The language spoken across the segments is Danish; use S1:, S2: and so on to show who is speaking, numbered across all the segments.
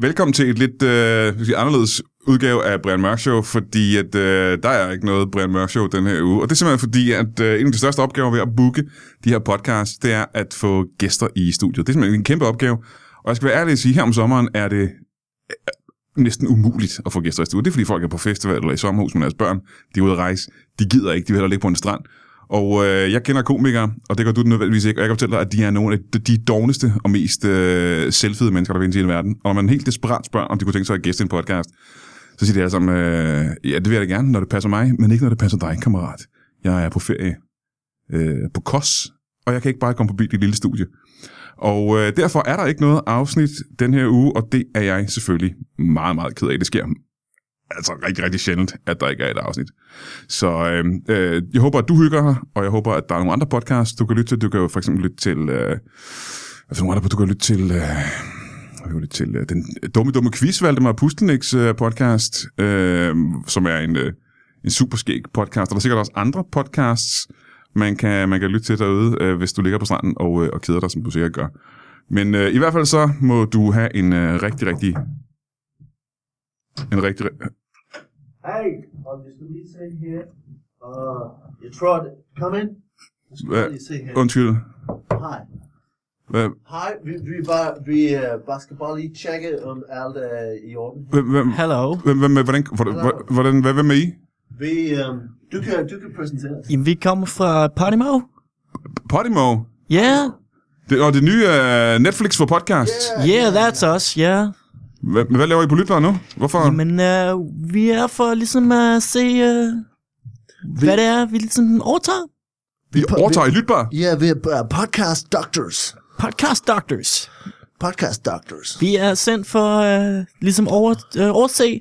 S1: Velkommen til et lidt øh, skal sige, anderledes udgave af Brian Mørk Show, fordi at, øh, der er ikke noget Brian Mørk Show den her uge. Og det er simpelthen fordi, at øh, en af de største opgaver ved at booke de her podcasts, det er at få gæster i studiet. Det er simpelthen en kæmpe opgave. Og jeg skal være ærlig at sige, her om sommeren er det næsten umuligt at få gæster i studiet. Det er fordi folk er på festival eller i sommerhus med deres børn. De er ude at rejse. De gider ikke. De vil hellere ligge på en strand. Og øh, jeg kender komikere, og det gør du nødvendigvis ikke. Og jeg kan fortælle dig, at de er nogle af de- de dogneste og mest øh, selvfede mennesker, der findes i hele verden. Og når man helt desperat spørger, om de kunne tænke sig at gæste i en podcast, så siger de alle sammen, øh, ja, det vil jeg da gerne, når det passer mig, men ikke når det passer dig, kammerat. Jeg er på ferie øh, på KOS, og jeg kan ikke bare komme forbi dit lille studie. Og øh, derfor er der ikke noget afsnit den her uge, og det er jeg selvfølgelig meget, meget ked af. Det sker altså rigtig, rigtig sjældent, at der ikke er et afsnit. Så øh, øh, jeg håber, at du hygger dig, og jeg håber, at der er nogle andre podcasts, du kan lytte til. Du kan jo for eksempel lytte til... Øh, altså, nogle andre, du kan lytte til... Øh, hvad kan du lytte til øh, den dumme, dumme quiz, Valdemar Pustelniks øh, podcast, øh, som er en, øh, en super skæg podcast. Og der er sikkert også andre podcasts, man kan, man kan lytte til derude, øh, hvis du ligger på stranden og, øh, og keder dig, som du sikkert gør. Men øh, i hvert fald så må du have en øh, rigtig, rigtig... En rigtig...
S2: Hey, um, just let me sit here. Uh, you tried it. Come in. Just
S1: Hvad?
S2: let me sit here.
S1: Undskyld.
S2: Hej.
S1: Hvad,
S2: Hej, vi, vi var, vi uh, basketball lige tjekke om alt uh, i orden.
S1: hvem, hvem,
S3: Hello.
S1: Hvem, hvem, er- hvordan, hvordan, hvordan, hvordan, hvad, hvem er I?
S2: Vi, um, du kan, du kan præsentere os.
S3: Jamen, vi kommer fra Podimo.
S1: Podimo?
S3: Ja, yeah.
S1: Det, og det nye uh, Netflix for podcast. Yeah.
S3: yeah, that's us, ja. Yeah.
S1: Hvad, hvad laver I på Lytbar nu? Hvorfor?
S3: Jamen, øh, vi er for ligesom at se, øh, hvad det er, vi ligesom overtager.
S1: vi overtager i Lytbar?
S2: Ja, vi er uh, podcast doctors.
S3: Podcast Doctors.
S2: Podcast doctors.
S3: Vi er sendt for øh, ligesom over, øh, overse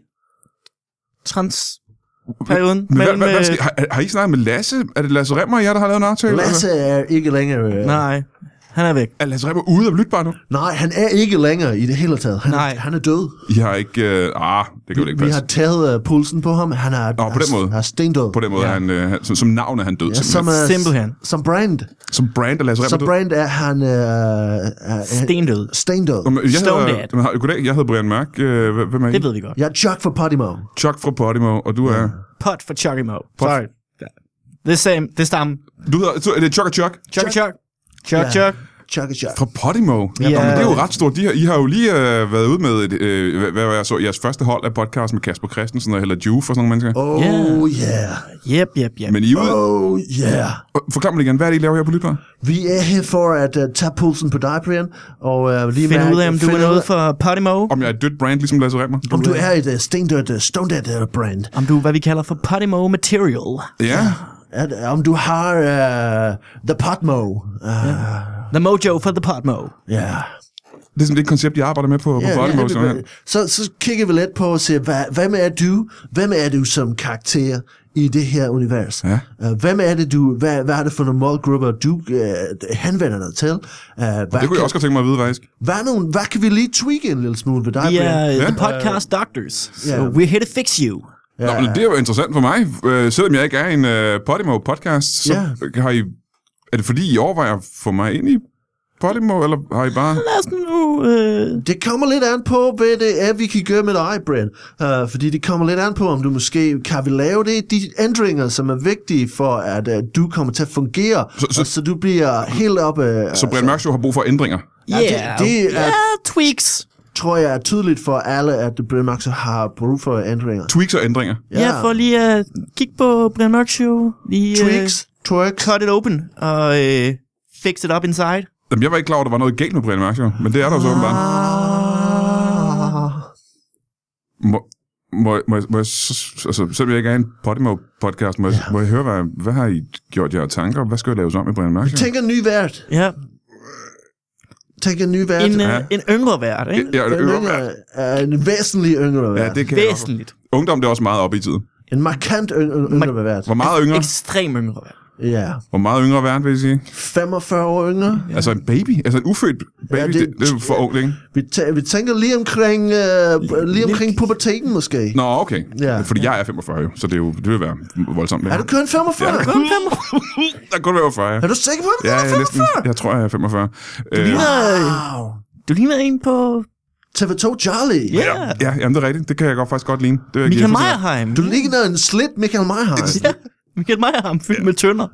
S3: transperioden.
S1: Men hvad, hvad, hvad
S3: øh,
S1: skal, har, har I snakket med Lasse? Er det Lasse Remmer, jeg der har lavet en aftale?
S2: Lasse er ikke længere... Uh,
S3: Nej, han er væk.
S1: Eller? Er Lasse Remmer ude af Lytbar nu?
S2: nej, han er ikke længere i det hele taget. Han,
S3: Nej.
S2: han er død.
S1: I har ikke... Uh, ah, det kan vel ikke
S2: Vi
S1: passe.
S2: har taget uh, pulsen på ham. Han er,
S1: Nå, på den måde.
S2: er stendød.
S1: På den måde, ja. han, uh, han, som, som navn er han død. Ja, som,
S2: som, øh,
S3: Simpelthen.
S2: Som brand.
S1: som brand er Lasse
S2: Så
S1: Remmer død.
S2: Brand er han... Øh, er,
S3: Stendød.
S2: Stendød.
S1: Nå, men Jeg
S3: Stone
S1: hedder,
S3: Dead.
S1: men har- goddag, jeg hedder Brian Mørk. Øh, hv- Hvem er I?
S3: Det ved vi godt.
S2: Jeg er Chuck fra Podimo.
S1: Chuck fra Podimo, og du er...
S3: Pot for Chucky Mo. Sorry. Det er same, det er stamme.
S1: Du hedder... så Er det Chuck og Chuck?
S3: Chuck, Chuck. Chuck,
S2: Ja.
S3: Chuck.
S2: Chuck er Chuck.
S1: Fra Podimo? Ja. Nå, men det er jo ret stort. De har, I har jo lige øh, været ude med, et, øh, hvad, hvad var jeg så, jeres første hold af podcast med Kasper Christensen og Hella Juve for sådan nogle mennesker. Oh.
S2: Oh
S3: Ja.
S2: yeah. yeah.
S3: Yep, yep, yep.
S1: Men I er ude...
S2: Oh yeah.
S1: Oh. Forklar mig lige igen, hvad er det, I laver her på Lytbar?
S2: Vi er her for at uh, tage pulsen på dig, Brian. Og uh, lige
S3: Find
S2: mærke-
S3: ud af, om du
S2: finde
S3: er
S2: ud
S3: noget
S2: af,
S3: for Podimo.
S1: Om jeg er et dødt brand, ligesom Lasse Remmer?
S2: Om du er et uh, stendødt, uh, stondødt uh, brand.
S3: Om du er, hvad vi kalder for Podimo material.
S1: Ja.
S2: At, om du har uh, The Podmo. Uh,
S3: The mojo for the Podmo.
S2: yeah.
S1: Det er sådan det koncept, jeg arbejder med på, yeah, på Podimo.
S2: det-
S1: Yeah,
S2: så, så kigger vi lidt på og siger, hvad, hvem er du? Hvem er du som karakter i det her univers?
S1: Ja.
S2: Uh, hvem er det, du, hvad, hvad er det for nogle målgrupper, du uh, henvender dig til? Uh, hvad,
S1: det kunne jeg også godt tænke mig at vide, faktisk.
S2: hvad, er nogle, hvad kan vi lige tweake en lille smule ved dig,
S3: Vi er
S2: Brian?
S3: uh, the
S1: Ja.
S3: podcast doctors. So
S2: Ja.
S3: we're here to fix you.
S1: Yeah. Nå, men det er jo interessant for mig. Øh, selvom jeg ikke er en øh, Podimo-podcast, så
S2: Ja.
S1: yeah. har I... Er det fordi, I overvejer at få mig ind i Podimo, eller har I bare...
S3: Lad os nu... Øh,
S2: Det kommer lidt an på, hvad det er, vi kan gøre med dig, Brian. Uh, fordi det kommer lidt an på, om du måske kan vi lave det, de ændringer, som er vigtige for, at uh, du kommer til at fungere, så,
S1: så-
S2: så, så du bliver helt op... Uh,
S1: Så Brian Mørk Show har brug for ændringer.
S2: Ja, det-
S3: yeah.
S2: det er-
S3: Yeah, tweaks.
S2: tror jeg er tydeligt for alle, at Brian Mørk så har brug for ændringer.
S1: Tweaks og ændringer.
S3: Ja, yeah, for lige at uh, kigge på Brian Mørk Show. Lige øh,
S2: Tweaks, twerks.
S3: cut it open og øh, fix it up inside.
S1: Jamen, jeg var ikke klar over, at der var noget galt med Brian Mørk Show, men det er der jo så åbenbart.
S2: Ah.
S1: Må, må, må, jeg- må jeg, så- altså, selvom jeg ikke er en Podimo-podcast, må, ja. må jeg høre, hvad, hvad har I gjort jer af tanker? Hvad skal jeg lave om i Brian Mørk? Show?
S2: Tænk en ny vært.
S3: Ja,
S2: Tænk en ny vært.
S3: en, øh,
S1: Ja.
S3: en yngre vært, ikke?
S1: Ja, det,
S2: en, yngre,
S1: øver,
S2: øh, en væsentlig yngre
S1: ja,
S2: vært.
S1: det kan jeg godt.
S3: Væsentligt.
S1: Ungdom, det er også meget op i tiden.
S2: En markant yngre, yngre vært.
S1: Hvor
S3: Altså,
S1: meget yngre?
S3: Ekstrem yngre vært.
S2: Ja.
S1: Hvor meget yngre værd, vil I sige?
S2: 45 år yngre.
S1: Ja. Altså en baby? Altså en ufødt baby? Ja, det,
S2: det-
S1: det, det, er jo for ungt, ikke?
S2: Vi, tæ- vi tænker lige omkring, øh, lige omkring puberteten måske.
S1: Nå, okay. Ja.
S2: Ja.
S1: Fordi jeg er 45 jo, så det, er jo, det vil være voldsomt. Det
S2: Er
S1: her.
S2: du kun 45?
S1: Ja.
S3: Kun fem år.
S1: Der kunne være 45, ja.
S2: Er du sikker på det?
S1: Ja, jeg, er næsten, jeg tror, jeg er 45. Øh,
S3: ligner-
S2: Wow.
S3: Du ligner en på
S2: TV2 Charlie.
S3: Ja.
S1: Ja, ja jamen, det er rigtigt. Det kan jeg godt, faktisk godt lide. Det vil jeg give
S3: Michael
S1: jer fuldstændig ret.
S3: Meierheim.
S2: Du ligner en slidt Michael Meierheim.
S3: Ja, Michael Meierheim fyldt med tønder.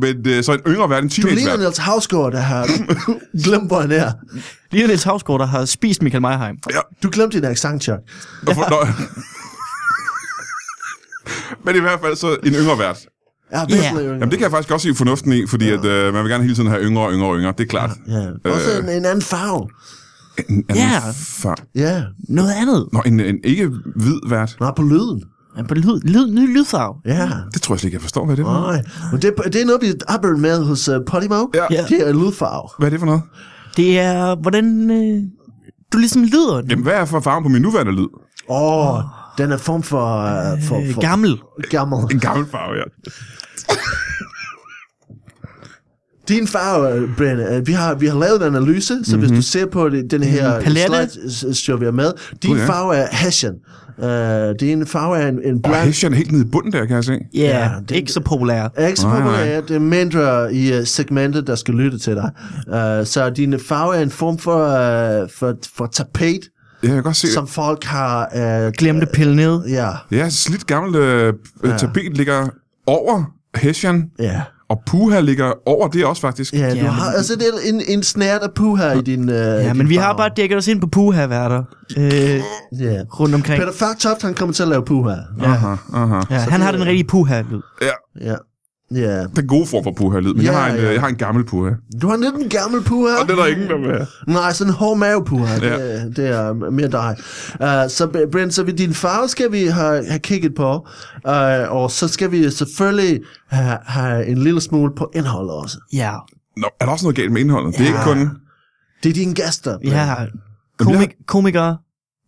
S1: Men øh, så en yngre verden, en
S2: Du ligner
S1: teenageverden.
S2: Niels Havsgaard, der har glemt, hvor han er.
S3: Lige Niels Havsgaard, der har spist Michael Meierheim.
S2: Du glemte din accent, Chuck.
S1: Og for- Nå. Men i hvert fald så en yngre vært.
S2: Ja,
S3: Ja.
S1: Jamen det kan jeg faktisk også se fornuften i, fordi ja. at, øh, man vil gerne hele tiden have yngre og yngre og yngre. Det er klart.
S2: Ja. Også
S1: Øh.
S2: en, en anden farve.
S1: En, en,
S3: Ja.
S1: Far.
S2: Ja,
S3: Noget andet.
S1: Nå, en, en ikke hvid vært.
S2: Nå, på lyden.
S3: Men på lyd, lyd, ny lydfarve.
S2: Ja.
S1: Det tror jeg slet ikke, jeg forstår, hvad det er.
S2: Nej, men det, det er noget, vi arbejder med hos uh, Podimo.
S1: Ja.
S3: Ja.
S2: Det er lydfarve.
S1: Hvad er det for noget?
S3: Det er, hvordan øh, du ligesom lyder.
S1: Jamen, hvad er for farven på min nuværende lyd?
S2: Åh, oh, den er form for... Uh, for,
S3: Øh,
S2: for
S3: gammel.
S2: gammel.
S1: En gammel farve, ja.
S2: Din farve, Brian, øh, vi har, vi har lavet en analyse, så mm-hmm. hvis du
S1: Mhm.
S2: ser på det, den her
S3: Mm, palette.
S2: slideshow, vi har med, din
S1: Gud, ja.
S2: farve er Hessian. Uh, din farve er en, en
S1: Og
S2: blank.
S1: Hessian er helt nede i bunden der, kan jeg se.
S3: Ja,
S2: Ja, det-
S3: ikke så populær.
S2: Er ikke så
S1: Nej, nej.
S2: populær, det er mindre i uh, segmentet, der skal lytte til dig. Uh, så din farve er en form for, uh, for, for tapet,
S1: Ja, jeg kan godt se det.
S2: som folk har... Uh,
S3: Glemte at pille ned.
S2: Ja,
S1: Ja, slidt gammelt øh, ja. tapet ligger over Hessian,
S2: ja.
S1: og Puha ligger over det også faktisk.
S2: Ja, du
S3: Ja,
S2: har
S3: men-
S2: altså det er en, en snært af puha i din uh,
S3: Ja, men vi har bare dækket os ind på puha-værter øh,
S2: Yeah.
S3: rundt omkring.
S2: Peter Faktoft, han kommer til at lave puha.
S3: Ja,
S1: Aha, aha.
S3: ja, han har den rigtige puha-lyd.
S1: Ja,
S2: Ja. Ja.
S1: den gode form for Puha-lid, men ja,
S2: Ja,
S1: jeg, har en,
S2: ja.
S1: øh, jeg har en gammel Puha.
S2: Du har lidt en gammel puha.
S1: Og det er der ingen, der vil have.
S2: Nej, sådan en hård mave puha.
S1: Ja.
S2: Det, det er mere dig. Uh, så Brent, så vi- din farve skal vi have, have kigget på. Uh, og så skal vi selvfølgelig have, have en lille smule på indholdet også.
S3: Ja,
S1: Nå, er der også noget galt med indholdet? Det er
S2: Ja.
S1: ikke kun...
S2: Det er dine gæster. Brent.
S3: ja. Komik, komikere.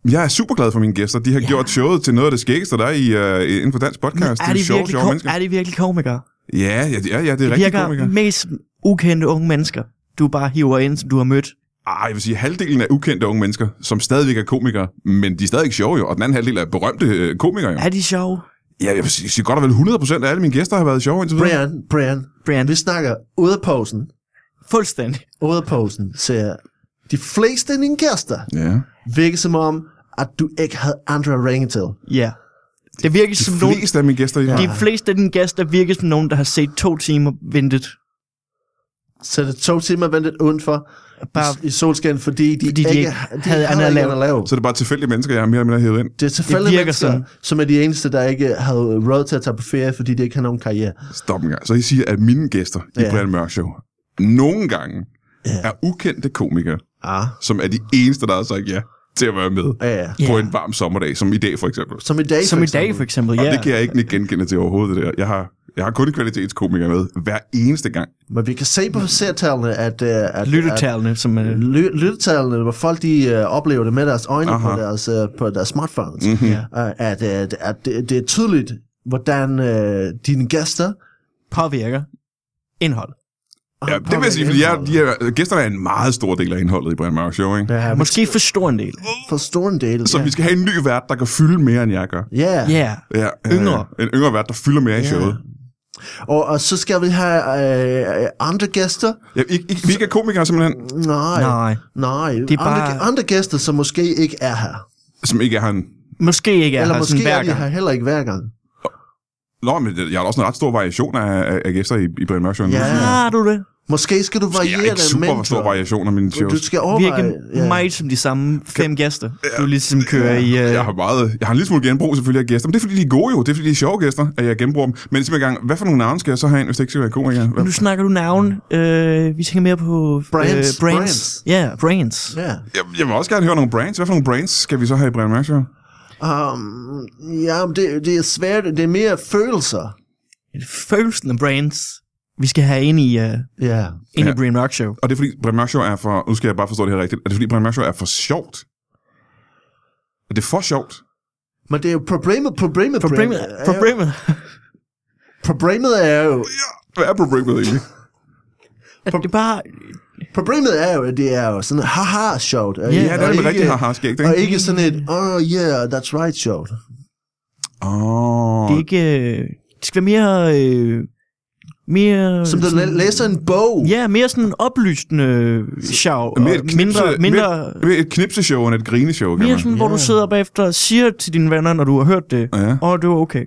S1: Jeg er super glad for mine gæster. De har ja. gjort showet til noget af det skæggeste, der er i, uh, inden for dansk podcast.
S3: Er
S1: det
S3: de,
S1: er sjove,
S3: virkelig
S1: sjove
S3: kom,
S1: mennesker.
S3: er de virkelig komikere?
S1: Ja, ja, ja, ja, det er
S3: Det
S1: rigtige
S3: virker
S1: komikere.
S3: mest ukendte unge mennesker, du bare hiver ind, som du har mødt.
S1: Ej, jeg vil sige, halvdelen er ukendte unge mennesker, som stadigvæk er komikere, men de er stadig sjove jo, og den anden halvdel er berømte øh, komikere jo.
S3: Er de sjove?
S1: Ja, jeg vil sige, sige godt og vel 100% af alle mine gæster har været sjove indtil videre.
S2: Brian, Brian,
S3: Brian,
S2: vi snakker ude af posen.
S3: fuldstændig.
S2: Ude af posen, siger jeg. De fleste af dine gæster
S1: Ja.
S2: virker som om, at du ikke havde andre at ringe til.
S3: Ja. Det virker som
S1: De
S3: nogen...
S1: fleste af mine gæster, ja.
S3: De fleste af dine gæster virker som nogen, der har set to timer ventet.
S2: Så det er to timer ventet udenfor
S3: Bare-
S2: Bare, i, i solskin, fordi de,
S3: fordi de
S2: ikke,
S3: ikke
S2: de
S3: havde andet at
S2: ikke
S3: lave.
S2: andet at lave.
S1: så er det bare tilfældige mennesker, jeg har mere eller mindre hævet ind.
S2: Det er
S3: Det
S2: selvfølgelig
S3: virker
S2: mennesker,
S3: sådan.
S2: sådan. som er de eneste, der ikke havde råd til at tage på ferie, fordi de ikke har nogen karriere.
S1: Stop en gang. Så I siger, at mine gæster i
S2: Ja.
S1: Brian Mørk Show nogle gange er ukendte komikere,
S2: Ah.
S1: som er de eneste, der har sagt ja til at være med
S2: Ja, ja.
S1: på
S3: Ja.
S1: en varm sommerdag, som i dag for eksempel.
S2: Som i dag,
S3: Som
S2: for
S3: i dag for
S2: eksempel.
S3: eksempel,
S1: Og
S3: ja.
S1: det kan jeg ikke nikke genkende til overhovedet, det der. Jeg har, jeg har kun kvalitetskomikere med hver eneste gang.
S2: Men vi kan se på seertallene, at, øh, at, at
S3: Lyttetallene, som øh, er...
S2: ly- lyttetallene, hvor folk de øh, oplever det med deres øjne
S1: Aha.
S2: på deres, øh, på deres smartphones,
S1: Mhm.
S3: Ja.
S2: Øh, at, at, at det, det er tydeligt, hvordan øh, dine gæster...
S3: Påvirker indhold.
S1: Ja, det vil jeg sige, fordi jeg, de er, gæsterne er en meget stor del af indholdet i Brian Mørk Show, ikke?
S2: Ja, måske
S3: Måske for stor en del.
S2: for stor en del.
S1: Så
S2: ja.
S1: vi skal have en ny vært, der kan fylde mere, end jeg gør.
S2: Ja.
S3: Ja. Yeah.
S1: Ja, ja,
S3: Yngre.
S1: Ja, en yngre vært, der fylder mere i showet.
S2: Og, og så skal vi have øh, øh, andre gæster.
S1: Ja, ikke, ikke, vi ikke er komikere simpelthen,
S2: Nej, nej,
S3: Nej.
S2: nej. Det
S3: er
S2: er andre,
S3: bare-
S2: bare... andre gæster, som måske ikke er her.
S1: som ikke er han.
S3: Måske ikke er
S2: Eller
S3: her sådan
S2: måske
S3: hver
S2: er de
S3: gang.
S2: her heller ikke hver gang.
S1: Nå, men det- jeg har da også en ret stor variation af, af, af gæster i, i Brian Mørk Show.
S2: Ja.
S3: Har du det?
S2: Måske skal du
S1: Jeg
S2: variere
S1: er ikke
S2: den
S1: super stor variation af mine shows.
S2: Du skal
S3: Virker
S2: overveje...
S3: ja. meget som de samme fem gæster, du ligesom kører i... Uh...
S1: Jeg har, meget, jeg har en lille smule genbrug selvfølgelig af gæster, men det er fordi, de er gode jo. Det er fordi, de er sjove gæster, at jeg genbruger dem. Men simpelthen gang, hvad for nogle navne skal jeg så have ind, hvis det ikke skal være komiker? Hvad-
S3: Nu snakker du navn. Øh, vi tænker mere på...
S2: Brands.
S3: Øh, brands.
S2: Brands.
S3: Ja, yeah, brands.
S2: Ja.
S1: Jeg, jeg, vil også gerne høre nogle brands. Hvad for nogle brands skal vi så have i Brian Mørk Show?
S2: Um, ja, men det, det er svært. Det er mere følelser.
S3: Følelsen af brands, vi skal have ind i, uh,
S2: Ja.
S3: ind
S1: Ja.
S3: i Brian Rock Show.
S1: Og det er fordi, Brian Mørk Show er for... Nu skal jeg bare forstå det her rigtigt. Er det fordi, Brian Mørk Show er for sjovt? Er det for sjovt?
S2: Men det er jo problemet, problemet,
S3: Problemet,
S2: Brent, er jo-
S3: problemet.
S2: problemet er jo,
S1: Hvad er problemet egentlig?
S3: At det er bare...
S2: problemet er jo, at det er jo sådan haha sjovt. Ja,
S1: Ja, det er det med rigtig haha skægt,
S2: Og
S1: ikke?
S2: ikke sådan et, oh yeah, that's right sjovt.
S1: Åh,
S3: Det er ikke... Øh, det skal være mere... Øh, mere...
S2: Som der læ- læser en bog.
S3: Ja, mere sådan oplysende sjov.
S1: Mere
S3: Mere
S1: et knipse,
S3: mindre, mindre,
S1: mere, mere et knipseshow end et grineshow, kan
S3: mere
S1: man.
S3: sådan, hvor du sidder bagefter og siger til dine venner, når du har hørt det,
S1: Ja.
S3: åh, oh, det var okay.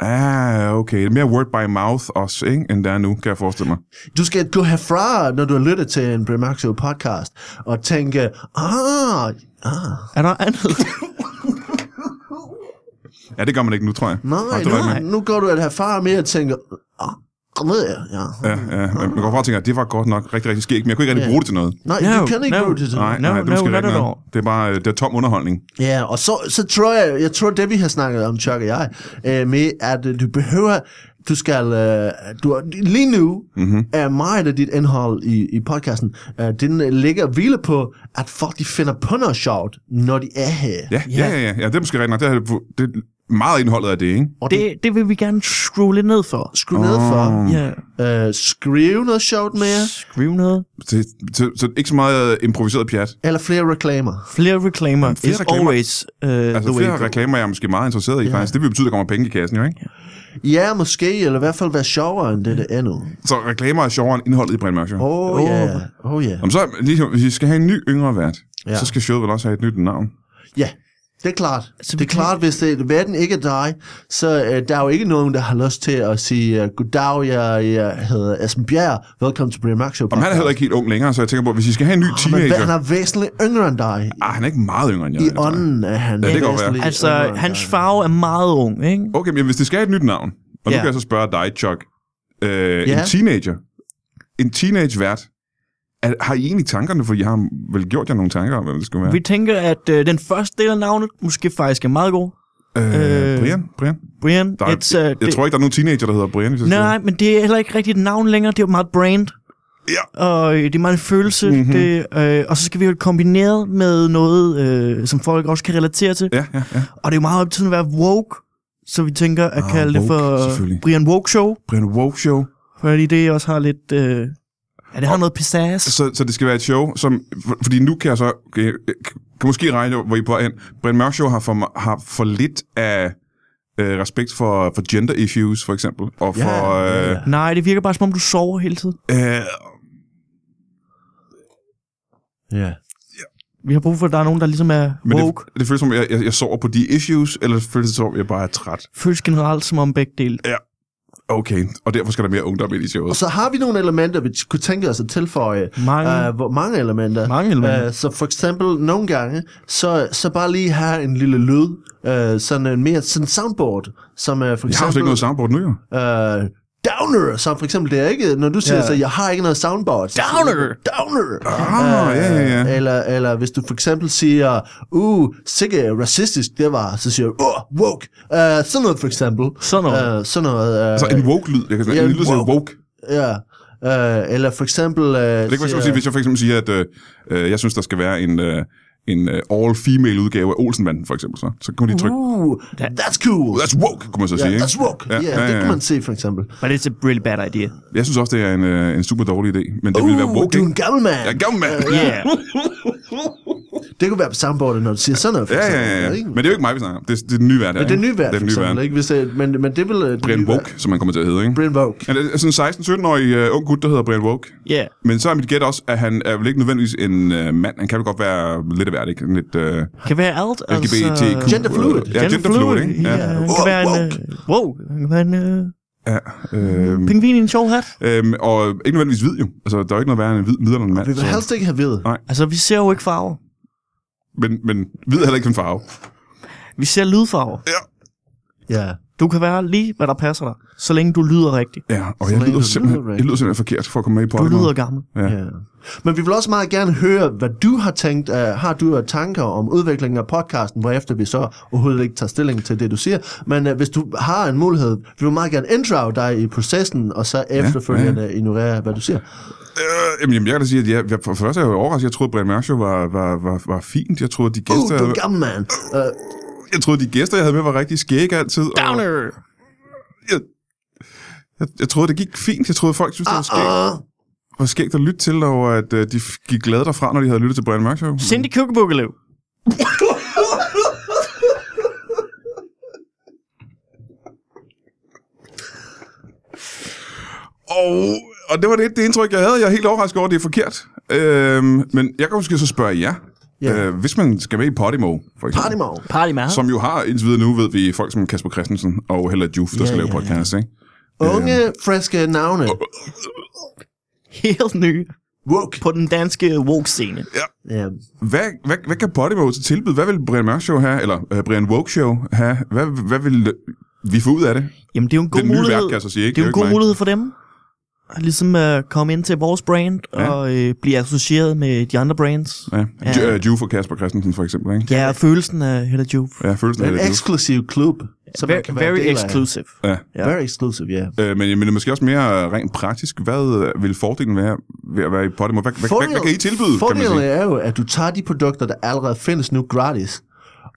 S1: Ah, okay. Mere word by mouth også, ikke? End der er nu, kan jeg forestille mig.
S2: Du skal gå herfra, når du har lyttet til en Brian Mørk Show podcast, og tænke, ah, ah
S3: Er der andet?
S1: Ja, det gør man ikke nu, tror jeg.
S2: nej,
S1: Hold da op,
S2: nej,
S1: mand.
S2: nu går du herfra mere og tænker, ah, kom ned her, ja.
S1: Ja, ja. Man man går fra og tænker, det var godt nok rigtig, rigtig skægt, men jeg kunne ikke rigtig bruge det til noget.
S2: Nej,
S3: No,
S2: du kan ikke
S3: no.
S2: bruge det til
S1: Nej,
S3: No,
S1: nej, det er
S3: no,
S1: måske
S3: not
S1: rigtig
S3: at
S1: noget. Det er bare øh, det er tom underholdning.
S2: Ja, og så, så tror jeg, jeg tror det vi har snakket om, Chuck og jeg, øh, med at øh, du behøver, du skal, øh, du, lige nu
S1: Mhm.
S2: mm-hmm. er meget af dit indhold i, i podcasten, øh, den øh, ligger og hviler på, at folk de finder på noget sjovt, når de er her.
S1: Ja, ja, ja, ja. ja det er måske rigtig nok. Det er, det er meget indholdet af det, Mm. ikke?
S2: Og det,
S3: det, det vil vi gerne skrue lidt ned for.
S2: skru ned
S1: Ah.
S2: for,
S3: Ja,
S2: øh, skrive noget sjovt mere,
S3: skriv noget.
S1: Det, så, så ikke så meget øh, improviseret pjat.
S2: eller flere reklamer.
S3: Flere reklamer
S1: Flere
S3: is
S1: reklamer.
S3: always uh,
S1: Altså
S3: the way
S1: flere
S3: to go.
S1: reklamer, jeg er måske meget interesseret i, faktisk. Det vil betyde, at der kommer penge i kassen, jo, ikke?
S2: Ja, måske, eller i hvert fald være sjovere end det, det er nu.
S1: Så reklamer er sjovere end indholdet i Brian Mørk Show.
S2: Åh ja, åh ja.
S1: Jamen så, lige, hvis vi skal have en ny yngre vært, ja.
S2: Ja.
S1: så skal showet vel også have et nyt navn.
S2: Ja, det er klart.
S3: Så
S2: Så det
S3: vi
S2: er
S3: kan-
S2: klart, hvis det, verden ikke er dig, så øh, der er jo ikke nogen, der har lyst til at sige, øh, goddag, jeg, jeg hedder Esben Bjerg, velkommen til Brian Mørk Show.
S1: Jamen, han er heller ikke helt ung længere, så jeg tænker på, hvis I skal have en ny
S2: podcast." Men hvad-
S1: teenager...
S2: han er væsentligt yngre end dig.
S1: Ah, han er ikke meget yngre end jeg. altså.
S2: I
S1: jeg tror.
S2: ånden er han
S1: Ja, det kan godt være.
S2: væsentligt
S3: Altså,
S2: yngre end
S3: hans
S2: dig.
S3: farve er meget ung, ikke?
S1: Okay, men hvis det skal have et nyt navn, og nu
S3: Ja.
S1: kan jeg så spørge dig, Chuck, øh,
S2: Ja.
S1: en teenager, en teenage-vært, er, har I egentlig tankerne, for I har vel gjort jer nogle tanker om, hvem det skulle være?
S3: Vi tænker, at øh, den første del af navnet måske faktisk er meget god.
S1: øh,
S3: øh,
S1: Brian? Brian?
S3: Brian,
S1: Der er,
S3: it's, uh,
S1: jeg, jeg tror ikke, der er nogen teenager, der hedder Brian. Hvis jeg skal-
S3: Nej, men det er heller ikke rigtigt et navn længere. Det er jo meget brand.
S1: Ja. Mhm.
S3: Og øh, det er meget en følelse. Mm-hmm. Det, øh, og så skal vi jo kombinere med noget, øh, som folk også kan relatere til.
S1: Ja, ja, ja.
S3: Og det er jo meget op til at være woke. Så vi tænker at
S1: Ah,
S3: ah, kalde
S1: woke,
S3: det for
S1: selvfølgelig.
S3: Brian Woke Show.
S1: Brian Woke Show.
S3: Fordi det også har lidt... Øh, ja, det har noget pizzazz.
S1: Så, så det skal være et show, som... for- Fordi nu kan jeg så... Kan, kan måske regne, hvor I er på vej hen. Brian Mørk Show har for, har for lidt af øh, respekt for, for gender issues, for eksempel. Og
S2: Ja,
S1: for...
S2: ja, ja.
S3: Nej, det virker bare som om, du sover hele tiden.
S1: Øh, øh,
S2: Ja.
S3: Vi har brug for, at der er nogen, der ligesom er
S1: men
S3: woke.
S1: det, det føles som, jeg, jeg, jeg sover på de issues, eller føles det som, jeg bare er træt.
S3: Det... Føles generelt som om begge dele.
S1: Okay, og derfor skal der mere ungdom ind i showet.
S2: Og så har vi nogle elementer, vi kunne tænke os at tilføje.
S3: Mange.
S2: Øh, hvor, mange elementer.
S3: Mange elementer.
S2: Øh, så for eksempel nogle gange, så, så bare lige have en lille lyd, øh, sådan en mere sådan soundboard, som øh, for
S1: Jeg har jo slet
S2: eksempel...
S1: ikke noget soundboard nu, jo.
S2: øh, downer, som for eksempel, det er ikke, når du siger,
S3: Ja.
S2: så jeg har ikke noget soundboard. så siger du,
S3: Downer!
S2: Downer! Øh,
S1: Ah, ja, ja, ja.
S2: Eller, eller hvis du for eksempel siger, uh, sikke racistisk det var, så siger du, uh, woke. Uh, sådan noget for eksempel.
S3: Sådan noget.
S2: Uh, sådan noget. Uh,
S1: Så Altså, en woke-lyd. Jeg kan
S2: Ja,
S1: en lyd, der siger
S2: woke.
S1: woke.
S2: Ja. Uh, eller for eksempel... Uh,
S1: Det kan være, sige, hvis jeg for eksempel siger, at øh, øh, jeg synes, der skal være en, øh, en øh, all-female udgave af Olsenbanden, for eksempel. Så, så kan de trykke,
S2: uh, that's cool.
S1: that's woke, kunne man så sige.
S2: yeah,
S1: ikke?
S2: that's woke. Ja, yeah,
S1: ja,
S2: det
S1: ja.
S2: kan man se for eksempel.
S3: But it's a really bad idea.
S1: Jeg synes også, det er en, øh, en super dårlig idé, men det ville være
S2: Uh,
S1: woke,
S2: du
S1: ikke?
S2: er en gammel
S1: Jeg
S2: mand.
S1: er gammel mand.
S3: Yeah.
S2: Det kunne være på soundboardet, når du siger sådan noget. For
S1: Ja, ja,
S2: eksempel,
S1: ja, ja.
S2: ikke?
S1: Men det er jo ikke mig, vi snakker om. Det, er- det er den nye vært. her,
S2: Det er
S1: ikke?
S2: nye værd,
S1: Det er den
S2: for
S1: nye vært.
S2: eksempel. Ikke? Hvis det, men, men det vil... øh, det
S1: Brian
S2: nye værd-
S1: Woke, som man kommer til at hedde, ikke?
S2: Brian Vogue.
S1: Han er sådan en 16-17-årig øh, ung gut, der hedder Brian Woke.
S3: Yeah.
S1: Men så er mit gæt også, at han er vel ikke nødvendigvis en øh, mand. Han kan vel godt være lidt af hvert, ikke? Lidt, øh,
S3: Kan være alt.
S1: LGBTQ.
S2: Altså, Genderfluid.
S1: øh, Ja, genderfluid, ikke? Ja.
S3: Ja. ja. Han
S2: Wow,
S3: kan være en...
S2: woke.
S3: øh, Wow. Han kan være en... øh,
S1: ja øh,
S3: Pingvin i en sjov hat.
S1: Øhm, og ikke nødvendigvis hvid, jo. Altså, der er jo ikke noget værre end en hvid midlerne mand.
S2: Vi vil
S1: så-
S2: helst ikke have ved.
S3: Altså, vi ser jo ikke farver.
S1: Men, men hvid er heller ikke en farve.
S3: Vi ser lydfarver.
S2: Ja.
S3: Du kan være lige, hvad der passer dig, så længe du lyder rigtigt.
S1: Ja, og
S2: Så
S1: jeg
S2: længe
S1: lyder,
S2: du
S1: simpelthen,
S2: lyder
S1: jeg lyder simpelthen forkert for at komme med i
S3: Du
S1: podcasten.
S3: lyder gammel.
S1: Ja.
S2: Ja. Men vi vil også meget gerne høre, hvad du har tænkt. Uh, har du af tanker om udviklingen af podcasten, hvorefter vi så overhovedet ikke tager stilling til det, du siger. Men uh, hvis du har en mulighed, vi vil meget gerne inddrage dig i processen, og så efterfølgende ja, ja. ignorere, hvad du siger.
S1: Øh, jamen, jamen, jeg kan da sige, at jeg, jeg, for det første er jeg jo overrasket. Jeg troede, at Brian Mørk Show var, var, var, var fint. Jeg troede, at de
S2: Uh,
S1: gæster,
S2: du er
S1: jeg,
S2: en gammel mand. Uh,
S1: jeg, troede, de gæster, jeg havde med, var rigtig skægge altid. Og jeg,
S3: Downer!
S1: jeg, troede, det gik fint. Jeg troede, folk synes, det var skægt,
S2: uh,
S1: var skægt at lytte til, og at øh, de f- gik glade derfra, når de havde lyttet til Brian Mørk Show.
S3: Cindy Kukkebukkeløv.
S1: Og og det var det, det indtryk, jeg havde. Jeg er helt overrasket over, at det er forkert. Øhm, men jeg kan måske så spørge jer.
S2: Ja.
S1: Øh, hvis man skal med i Podimo, for eksempel.
S2: Party mode.
S3: Party med ham.
S1: Som jo har, indtil videre nu, ved vi, folk som Kasper Christensen og Hella Juf, der
S3: Ja,
S1: skal lave
S3: ja,
S1: podcast, ikke?
S2: Unge, friske navne.
S3: Helt ny
S2: Woke.
S3: på den danske woke-scene.
S2: Ja.
S1: Hvad, hvad, hvad kan Podimo så tilbyde? Hvad vil Brian Mørk Show have, eller øh, Brian Woke Show have? Hvad, hvad vil vi få ud af det?
S3: Jamen, det er jo en god
S1: Den nye altså,
S3: mulighed.
S1: vært, kan jeg så sige, ikke?
S3: Det er jo en
S1: Det er jo
S3: god
S1: ikke mig.
S3: mulighed for dem. At Ligesom at komme ind til vores brand
S1: Ja.
S3: ja. og øh, blive associeret med de andre brands. Ja,
S1: Ja.
S3: Ja.
S1: Ja. Øh, Juf og Kasper Christensen, for eksempel, ikke?
S3: ja og følelsen af Hella Juve.
S1: Ja, følelsen af
S2: En
S1: Hella Juf.
S2: eksklusiv klub, som man
S3: Very,
S2: kan være
S3: very
S2: del af.
S3: exclusive.
S1: Ja.
S2: Ja. Very exclusive, ja.
S1: Øh, men, men måske også mere øh, rent praktisk. Hvad øh, vil fordelen være ved at være i Podimo? Hvad, hvad, hvad, hvad kan I tilbyde, kan man
S2: Fordelen
S1: sige?
S2: er jo, at du tager de produkter, der allerede findes nu gratis,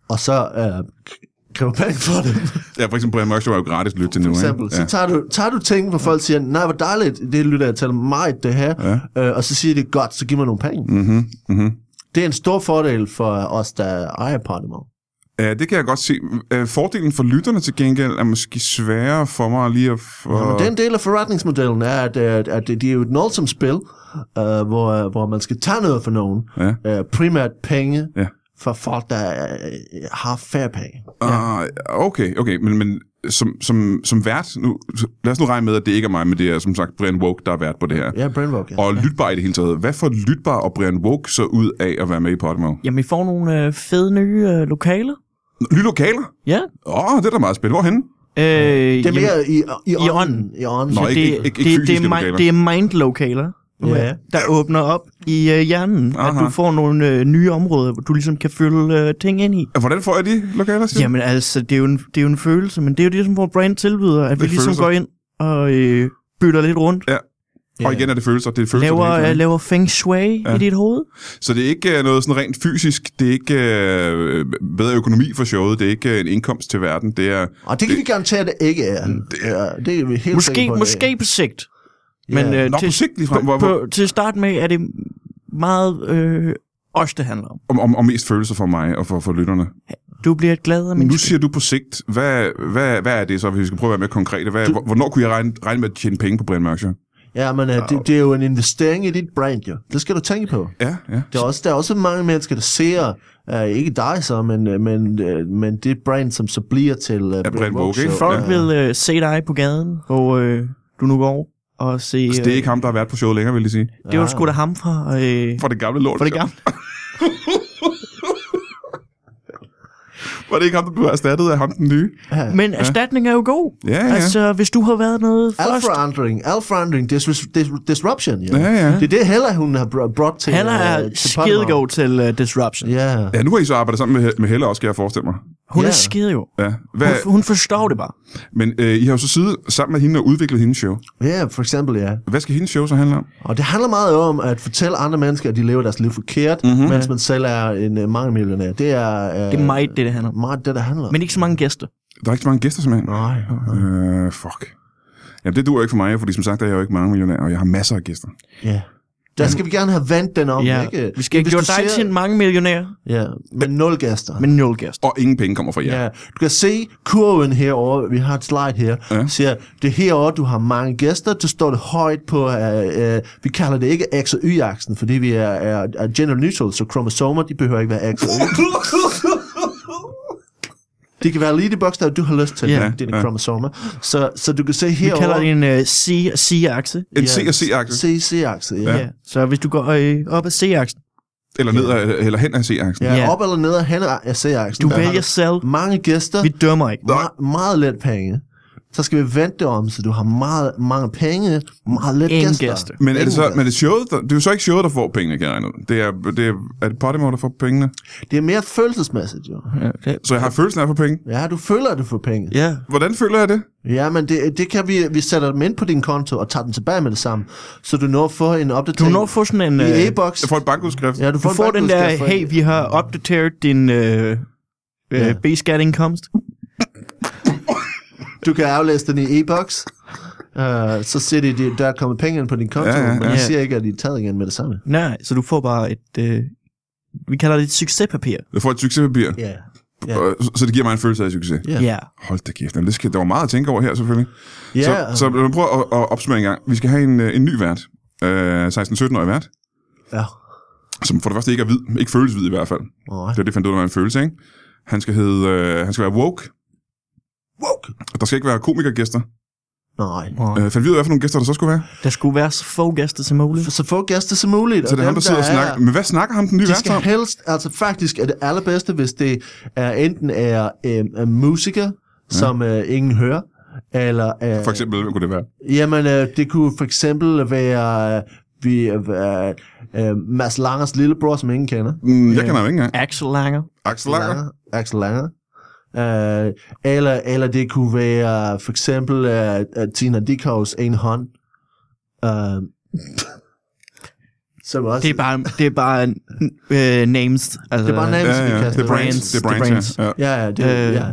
S2: og så øh, k- kræver penge for dem.
S1: Ja, for eksempel Brian Mørk Show er jo gratis at lytte til nu,
S2: For eksempel.
S1: ikke?
S2: Så tager du, tager du ting, hvor folk siger, nej, hvor dejligt, det lytter jeg til meget, det her. Ja. Øh, og så siger de, godt, så giv mig nogle penge. Mm-hmm. Mm-hmm. Det er en stor fordel for os, der ejer Podimo.
S1: Ja, det kan jeg godt se. Øh, Fordelen for lytterne til gengæld er måske sværere for mig lige at... For...
S2: Men det er en del af forretningsmodellen, er, at, at, at det, det er jo et nulsomt spil, øh, hvor, hvor man skal tage noget for nogen.
S1: Ja.
S2: Øh, primært penge
S1: Ja.
S2: for folk, der øh, har færre penge.
S1: Ah, okay, okay, men, men som, som, som vært, nu, lad os nu regne med, at det ikke er mig, men det er som sagt Brian Woke, der er vært på det her.
S2: Ja, Brainwalk, ja.
S1: Og lytbar i det hele taget. Hvad får lytbar og Brian Woke så ud af at være med i Podimo?
S3: Jamen, vi får nogle øh, fede nye øh, lokaler.
S1: Nye lokaler?
S3: Ja.
S1: Åh, oh, det er da meget spændende. Hvorhenne?
S3: Øh,
S2: Det er
S3: jamen,
S2: mere i, i,
S3: i
S2: i
S3: ånden.
S2: ånden. I ånden.
S1: Nå,
S2: Nå,
S1: ikke- ikke- ikke
S3: det, det,
S1: fysiske
S3: er,
S1: lokaler.
S3: mind, det er mind-lokaler, øh,
S2: Ja.
S3: der åbner op i øh, hjernen.
S1: Aha.
S3: At du får nogle øh, nye områder, hvor du ligesom kan følge øh, ting ind i.
S1: Hvordan får jeg de lokaler? siger du?
S3: Jamen altså, det er, jo en, det er jo en følelse, men det er jo det, som vores brand tilbyder, at vi
S1: Det er
S3: ligesom
S1: følelser.
S3: går ind og øh, bytter lidt rundt.
S1: Ja. Og igen er det følelser. Det er følelser. det hele
S3: Laver,
S1: tiden.
S3: øh, laver feng shui ja. i dit hoved.
S1: Så det er ikke øh, noget sådan rent fysisk, det er ikke øh, bedre økonomi for showet, det er ikke øh, en indkomst til verden, det er...
S2: Og det kan vi garantere, at det ikke er. Det, ja, det er vi helt sikre
S3: Måske,
S2: på, at det
S3: måske på sigt. Men
S2: Ja.
S3: øh,
S1: Nå, på
S3: til,
S1: sigt ligefrem, hvor,
S3: på,
S1: hvor,
S3: på, til at starte med er det meget øh, os, det handler om.
S1: om, om, om mest følelser for mig og for, for lytterne.
S3: Du bliver et gladere
S1: Nu
S3: menneske.
S1: siger du på sigt, hvad, hvad, hvad er det så, hvis vi skal prøve at være mere konkrete? Hvad, du, hvornår kunne jeg regne, regne med at tjene penge på Brian Mørk Show?
S2: er. Ja, men øh, det, det er jo en investering i dit brand, jo. Det skal du tænke på.
S1: Ja, ja.
S2: Der er også, der er også mange mennesker, der ser, uh, ikke dig så, men, uh, men, uh, men det brand, som så bliver til uh,
S1: Brand Vogue, ikke?
S3: Folk vil øh, se dig på gaden, hvor øh, du nu går og se... Øh,
S1: Så det er ikke ham, der har været på showet længere, vil jeg sige.
S3: det var sgu da ham fra... Øh,
S1: For det gamle lort.
S3: for det gamle.
S1: Var det ikke ham, der blev erstattet af ham den nye?
S3: Men erstatning er jo god.
S1: Ja, ja.
S3: Altså, hvis du har været noget først...
S2: øh, Alforandring, alforandring, dis- dis- disruption, jo.
S1: Ja, ja.
S2: Det er det heller, hun har br- brought til
S3: Han
S2: øh,
S3: er
S2: til Panama.
S3: skidegod til uh, Disruption.
S2: Ja.
S1: Ja, nu har I så arbejdet sammen med, med Helle også, kan jeg forestille mig.
S3: Hun
S2: Ja.
S3: er skide jo.
S1: Ja. Hvad,
S3: Hun, hun forstår det bare.
S1: men øh, I har jo så siddet sammen med hende og udviklet hendes show.
S2: Ja, for eksempel, ja.
S1: Hvad skal hendes show så handle om?
S2: Og det handler meget om at fortælle andre mennesker, at de lever deres liv forkert, mm-hmm. mens man selv er en uh, mangemillionær. Det er, uh,
S3: Mhm. Det er meget det, det handler om.
S2: meget det, der handler om.
S3: Men ikke så mange gæster.
S1: Der er ikke så mange gæster, simpelthen.
S2: Nej.
S1: Øh, fuck. Jamen, det duer ikke for mig, fordi som sagt, der er jeg jo ikke mange millionær, og jeg har masser af gæster.
S2: Ja. Der skal vi gerne have vendt den om,
S3: Ja.
S2: ikke?
S3: Vi skal ikke
S2: Hvis
S3: gøre
S2: du
S3: dig
S2: ser-
S3: til en mange millionær,
S2: Ja, men nul gæster.
S3: men nul gæster.
S1: Og ingen penge kommer fra jer.
S2: Ja, du kan se kurven herovre, vi har et slide her,
S1: Ja.
S2: ja. siger, det er herovre, du har mange gæster, du står det højt på, øh, øh, vi kalder det ikke X og Y-aksen, fordi vi er, er, er gender neutral, så kromosomer, de behøver ikke være X og Y. Det kan være lige det bogstav, du har lyst til,
S3: Ja.
S2: ja. dine ja. kromosomer. Så, så du kan se
S3: Vi kalder
S2: herovre,
S3: det en uh, C- C-akse.
S1: En C og C-akse,
S2: C, C-akse, ja.
S3: Ja.
S2: Ja.
S3: ja. Så hvis du går øh, op ad C-aksen,
S1: eller, ned, ad- eller hen af C-aksen.
S2: ja.
S3: Ja.
S2: Op eller ned af hen af C-aksen.
S3: du
S2: der har
S3: vælger selv.
S2: mange gæster.
S3: Vi dømmer ikke.
S2: Me- meget let penge. Så skal vi vente om, så du har meget, mange penge, meget let
S3: Ingen
S2: gæster.
S3: gæster.
S1: Men er det så,
S2: Ingen
S1: men er det showet, der, det er jo så ikke showet, der får pengene, kan jeg regne ud. Det er, det er, er det Podimo, der får pengene?
S2: gæster. Det er mere følelsesmæssigt, jo.
S3: Ja, det-
S1: Så jeg har følelsen af at få penge.
S2: Ja, du føler, at du får penge.
S3: ja.
S1: Hvordan føler jeg det?
S2: Ja, men det, det kan vi, vi sætter dem ind på din konto og tager dem tilbage med det samme. Så du når at få en
S3: Du
S2: opdatering
S3: når at få sådan en...
S2: i
S3: øh,
S2: e-boks.
S1: Jeg får et bankudskrift.
S2: Ja, du
S3: du
S2: får, en
S3: får den der,
S2: bankudskrift for
S3: hey,
S2: en-
S3: vi har opdateret din øh,
S2: Ja.
S3: øh, B-skat indkomst.
S2: Du kan aflæse den i e-boks. Uh, så siger de, de, der er kommet penge ind på din konto,
S1: Ja,
S2: ja,
S1: ja,
S2: ja, men
S1: ja.
S2: de siger ikke, at de er taget igen med det samme.
S3: Nej, så du får bare et... Øh, vi kalder det et succespapir.
S1: Jeg får et succespapir.
S2: Ja. Ja.
S1: Og så- Så det giver mig en følelse af succes.
S2: Ja.
S3: Ja.
S1: Hold da kæft, jamen, det skal, der var meget at tænke over her selvfølgelig.
S2: Ja, altså.
S1: Så, så lad mig prøve at, at opsummere en gang. Vi skal have en, øh, en ny vært, øh, 16-17-årig vært,
S2: ja.
S1: som for det første ikke er hvid, ikke føles hvid i hvert fald.
S2: Alright.
S1: Det er det, jeg fandt ud af, hvad en følelse, ikke? Han skal, hedde, øh, han skal være woke,
S2: Woke.
S1: og der skal ikke være komikergæster.
S2: Nej.
S1: Øh, fandt vi ud af, hvad for nogle gæster der så skulle være?
S3: Der skulle være så få gæster som muligt.
S2: Så få gæster som muligt.
S1: Så det er ham, der sidder og snakker. Men hvad snakker ham den nye
S2: De
S1: vært
S2: skal
S1: om?
S2: helst, altså faktisk er det allerbedste, hvis det er enten er øh, musiker, som øh, ingen hører, eller... Øh,
S1: For eksempel, hvem kunne det være?
S2: Jamen, øh, det kunne for eksempel være, øh, vi, øh, øh, Mads Langers lillebror, som ingen kender.
S1: Mm, jeg kender ham ikke engang.
S3: Axel Langer.
S2: Altså-
S1: Axel Langer.
S2: Axel Langer. Øh, eller, eller det kunne være for eksempel øh, øh, Tina Dickows En Hånd. Øh, som også,
S3: Det er bare, det er bare øh, names. Altså,
S2: Det er bare names.
S1: Ja, ja.
S2: Kaster
S1: Det er Brands.
S3: Brands.
S1: Det er Brands,
S3: Det er Brands.
S1: ja. ja.
S2: Ja, ja, det, øh,
S3: Øh.
S2: ja.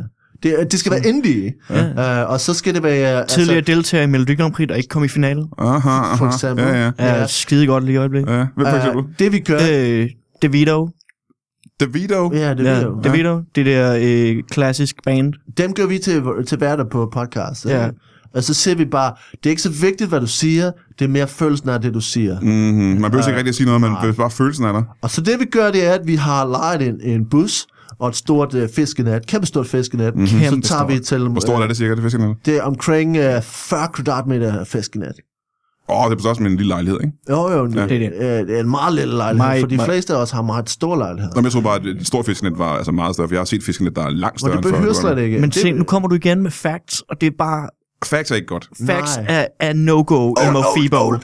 S2: Det, øh, det skal være indie. Ja. Øh, og så skal det være...
S3: Tidligere altså, deltager i Melodi Grand Prix, der ikke kom i finalen.
S1: Aha, aha.
S2: For eksempel.
S1: Ja, ja.
S3: Er
S2: Ja.
S3: ja. skide godt lige i øjeblikket.
S1: ja. Hvem for eksempel?
S2: øh, det vi gør... Øh,
S3: Øh, Davido.
S1: Davido.
S2: ja, det
S3: Ja,
S2: ja, vi
S3: Davido. Det der øh, klassisk band.
S2: Dem gør vi til, til værter på podcast.
S3: Ja.
S2: Ja. Og så ser vi bare, det er ikke så vigtigt, hvad du siger, det er mere følelsen af det, du siger.
S1: Mm-hmm. Man behøver
S2: Øh,
S1: ikke rigtig at sige noget, men bare følelsen af dig.
S2: Og så det vi gør, det er, at vi har lejet en, en bus og et stort øh, fiskenet, et kæmpe stort fiskenet. Mm-hmm. Så
S3: Kæmpe
S2: tager vi til...
S1: Hvor stort er det cirka, det fiskenet?
S2: Det er omkring øh, 40 kvadratmeter fiskenet.
S1: Åh, oh, det er på størrelse med en lille lejlighed, ikke?
S2: Jo, jo, ja.
S3: Det
S2: det,
S3: er
S2: er det. det er en meget lille lejlighed,
S3: Meget-
S2: meget, for de
S3: meget-
S2: fleste af os har meget store lejligheder.
S1: Nå, men jeg tror bare, at et stort fiskenet var altså meget større, for jeg har set fiskenet, der er langt
S2: Og
S1: større
S2: det behøver slet ikke.
S3: Men
S2: det,
S3: se, nu kommer du igen med facts, og det er bare
S1: Facts er ikke godt.
S3: facts
S2: Nej.
S3: af, af no-go i Mofibo.
S2: Øhm,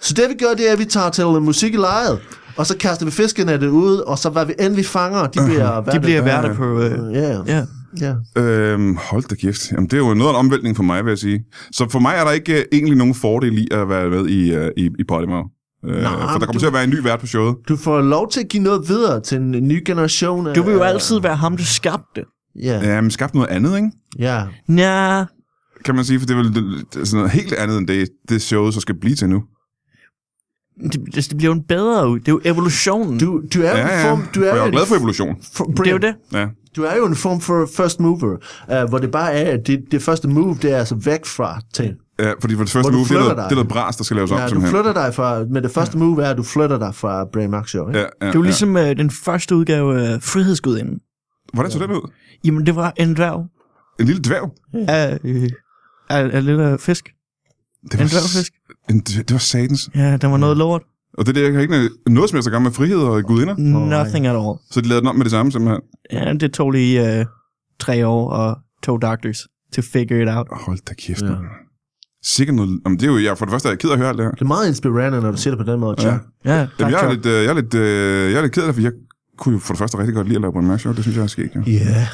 S2: så det vi gør, det er, at vi tager til musik i lejet, og så kaster vi fiskenettet ud, og så hvad vi endelig fanger, de bliver
S1: Uh-huh.
S3: De bliver
S1: Ja, ja.
S3: værter på... Øh,
S2: Ja,
S3: ja.
S2: ja.
S1: Øhm, hold da kæft. Jamen, det er jo noget af en omvæltning for mig, vil jeg sige. Så for mig er der ikke uh, egentlig nogen fordel i at være med i, uh, i, i Podimo. Uh, for der
S2: men
S1: kommer
S2: du-
S1: til at være en ny vært på showet.
S2: Du får lov til at give noget videre til en ny generation. af-
S3: Du vil jo altid være ham, der skabte det.
S2: Ja,
S1: Ja, men skabt noget andet, ikke?
S2: ja.
S3: Nja,
S1: Kan man sige, for det er vel det- det er sådan noget helt andet, end det, det showet så skal blive til nu.
S3: det, det bliver jo en bedre ud. Det er jo evolutionen.
S2: Du, du er jo
S1: Ja,
S2: en
S1: ja.
S2: form... Du er
S1: Og
S2: jo
S1: jeg er
S2: en
S1: glad for evolution.
S2: for,
S3: det er jo det.
S1: Ja.
S2: Du er jo en form for first mover, uh, hvor det bare er, at det, det første move, det er altså væk fra ting.
S1: ja fordi for det første
S2: Hvor du
S1: move, det er,
S2: flytter
S1: noget,
S2: dig.
S1: det er noget bras, der skal laves om.
S2: Ja, du
S1: simpelthen.
S2: flytter dig fra, men det første move er, at du flytter dig fra Brian Mark Show. Ikke?
S1: Ja, ja,
S3: Det er jo ligesom øh, den første udgave af Frihedsgudinden.
S1: ja. Hvordan så den ud?
S3: Jamen, det var en dværg
S1: En lille dværg?
S3: af, øh, af, af lille fisk.
S1: Det
S3: En dværgfisk.
S1: En, dv- det var satans.
S3: Ja, der var noget lort.
S1: Og det der har ikke noget- noget som helst at gøre med frihed og gudinder.
S3: Nothing at all.
S1: Så de lavede den om med det samme, simpelthen.
S3: Ja, det tog lige øh, tre år og to doctors to figure it out.
S1: Hold da kæft, ja. Sikkert noget... Jamen, det er jo, jeg, for det første er jeg ked af at høre alt det her.
S2: Det er meget inspirerende, når du siger det på den måde.
S1: Ja.
S2: Ja.
S3: Ja,
S1: Jamen,
S3: tak,
S1: jeg, er
S3: Jacob.
S1: lidt, øh, jeg, er lidt, øh, jeg er lidt ked af det, for jeg kunne jo for det første rigtig godt lide at lave Brian Mørk Show. Det synes jeg er sket, ja.
S2: Ja,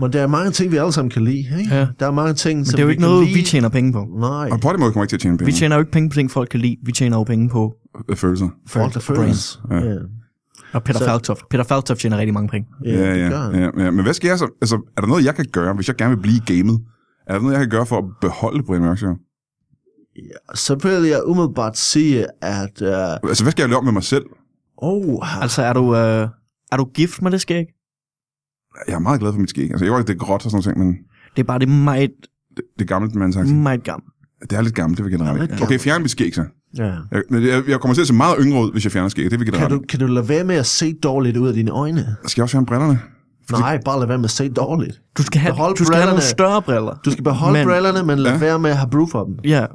S2: men der er mange ting, vi alle sammen kan lide. Ikke?
S3: Ja.
S2: Der er mange ting,
S3: Men
S2: som
S3: det er jo
S2: vi
S3: ikke
S2: kan
S3: noget,
S2: lide.
S3: vi tjener penge på.
S2: Nej,
S1: Og Podimo kommer ikke til at tjene penge.
S3: Vi tjener jo ikke penge på ting, folk kan lide. Vi tjener jo penge på
S1: Øh, Følelser.
S2: folk der føles. Ja. Ja.
S3: og Peter
S2: Så-
S3: Falktoft. Peter Falktoft tjener rigtig mange penge.
S1: Ja,
S2: det
S1: ja,
S2: gør han.
S1: ja, ja. Men hvad skal jeg så... Altså, er der noget, jeg kan gøre, hvis jeg gerne vil blive i gamet? Er der noget, jeg kan gøre for at beholde Brian Mørk Show?
S2: Så vil jeg umiddelbart sige, at... Uh,
S1: Altså, hvad skal jeg lave med mig selv?
S2: oh,
S3: Altså, er du, øh, er du gift med det skæg?
S1: Jeg er meget glad for mit skæg. Altså, jeg var det er gråt og sådan noget, men
S3: Det er bare det er meget,
S1: det, det er gammelt, man sagt.
S3: meget gammel.
S1: Det er lidt gammelt, det vil jeg
S2: Ja,
S1: generelt.
S2: lidt
S1: ikke. Okay, fjern mit skæg så.
S2: ja.
S1: Jeg, men jeg, jeg kommer til at se meget yngre ud, hvis jeg fjerner skæg. Det vil jeg
S2: kan,
S1: generelt.
S2: du, kan du lade være med at se dårligt ud af dine øjne?
S1: Skal jeg også fjerne brillerne?
S2: Nej, bare lade være med at se dårligt.
S3: Du skal have,
S2: Behold
S3: du skal have nogle
S2: brillerne.
S3: større briller.
S2: Du skal beholde
S3: Men-
S2: men, brillerne, men lade
S1: Ja.
S2: ja. være med at have brug for dem.
S3: Ja,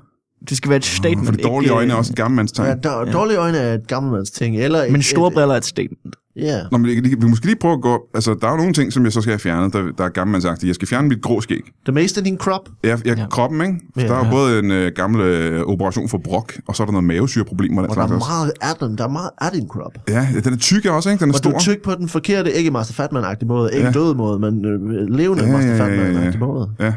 S3: det skal være et statement.
S1: For de dårlige
S3: ikke, øh,
S1: øjne er også et gammelmandstegn.
S2: Ja, der, ja. Dårlige øjne er et gammelmands ting. Eller et,
S3: Men store
S2: et-
S3: briller er et statement.
S2: Ja.
S1: Nå, men vi kan måske lige prøve at gå... Altså, der er jo nogle ting, som jeg så skal have fjernet, der, der er gammelmandsagtige. Jeg skal fjerne mit grå skæg.
S2: Det meste af din krop.
S1: Jeg, jeg, ja. Kroppen, ikke? For
S2: Ja.
S1: der er jo både en øh, gammel øh, operation for brok, og så er der noget mavesyreproblemer. Og
S2: Og
S1: den
S2: der
S1: slags
S2: er
S1: også.
S2: meget af den. Der er meget af din krop.
S1: Ja, ja, den er tyk også, ikke? Den er
S2: Og du
S1: stor.
S2: er tyk på den forkerte, ikke Master Fatman-agtige måde, ikke
S1: Ja.
S2: ja. død måde, men øh, levende
S1: Ja,
S2: ja, Master
S1: ja, ja, ja, ja.
S2: Fatman-agtige måde.
S1: Ja.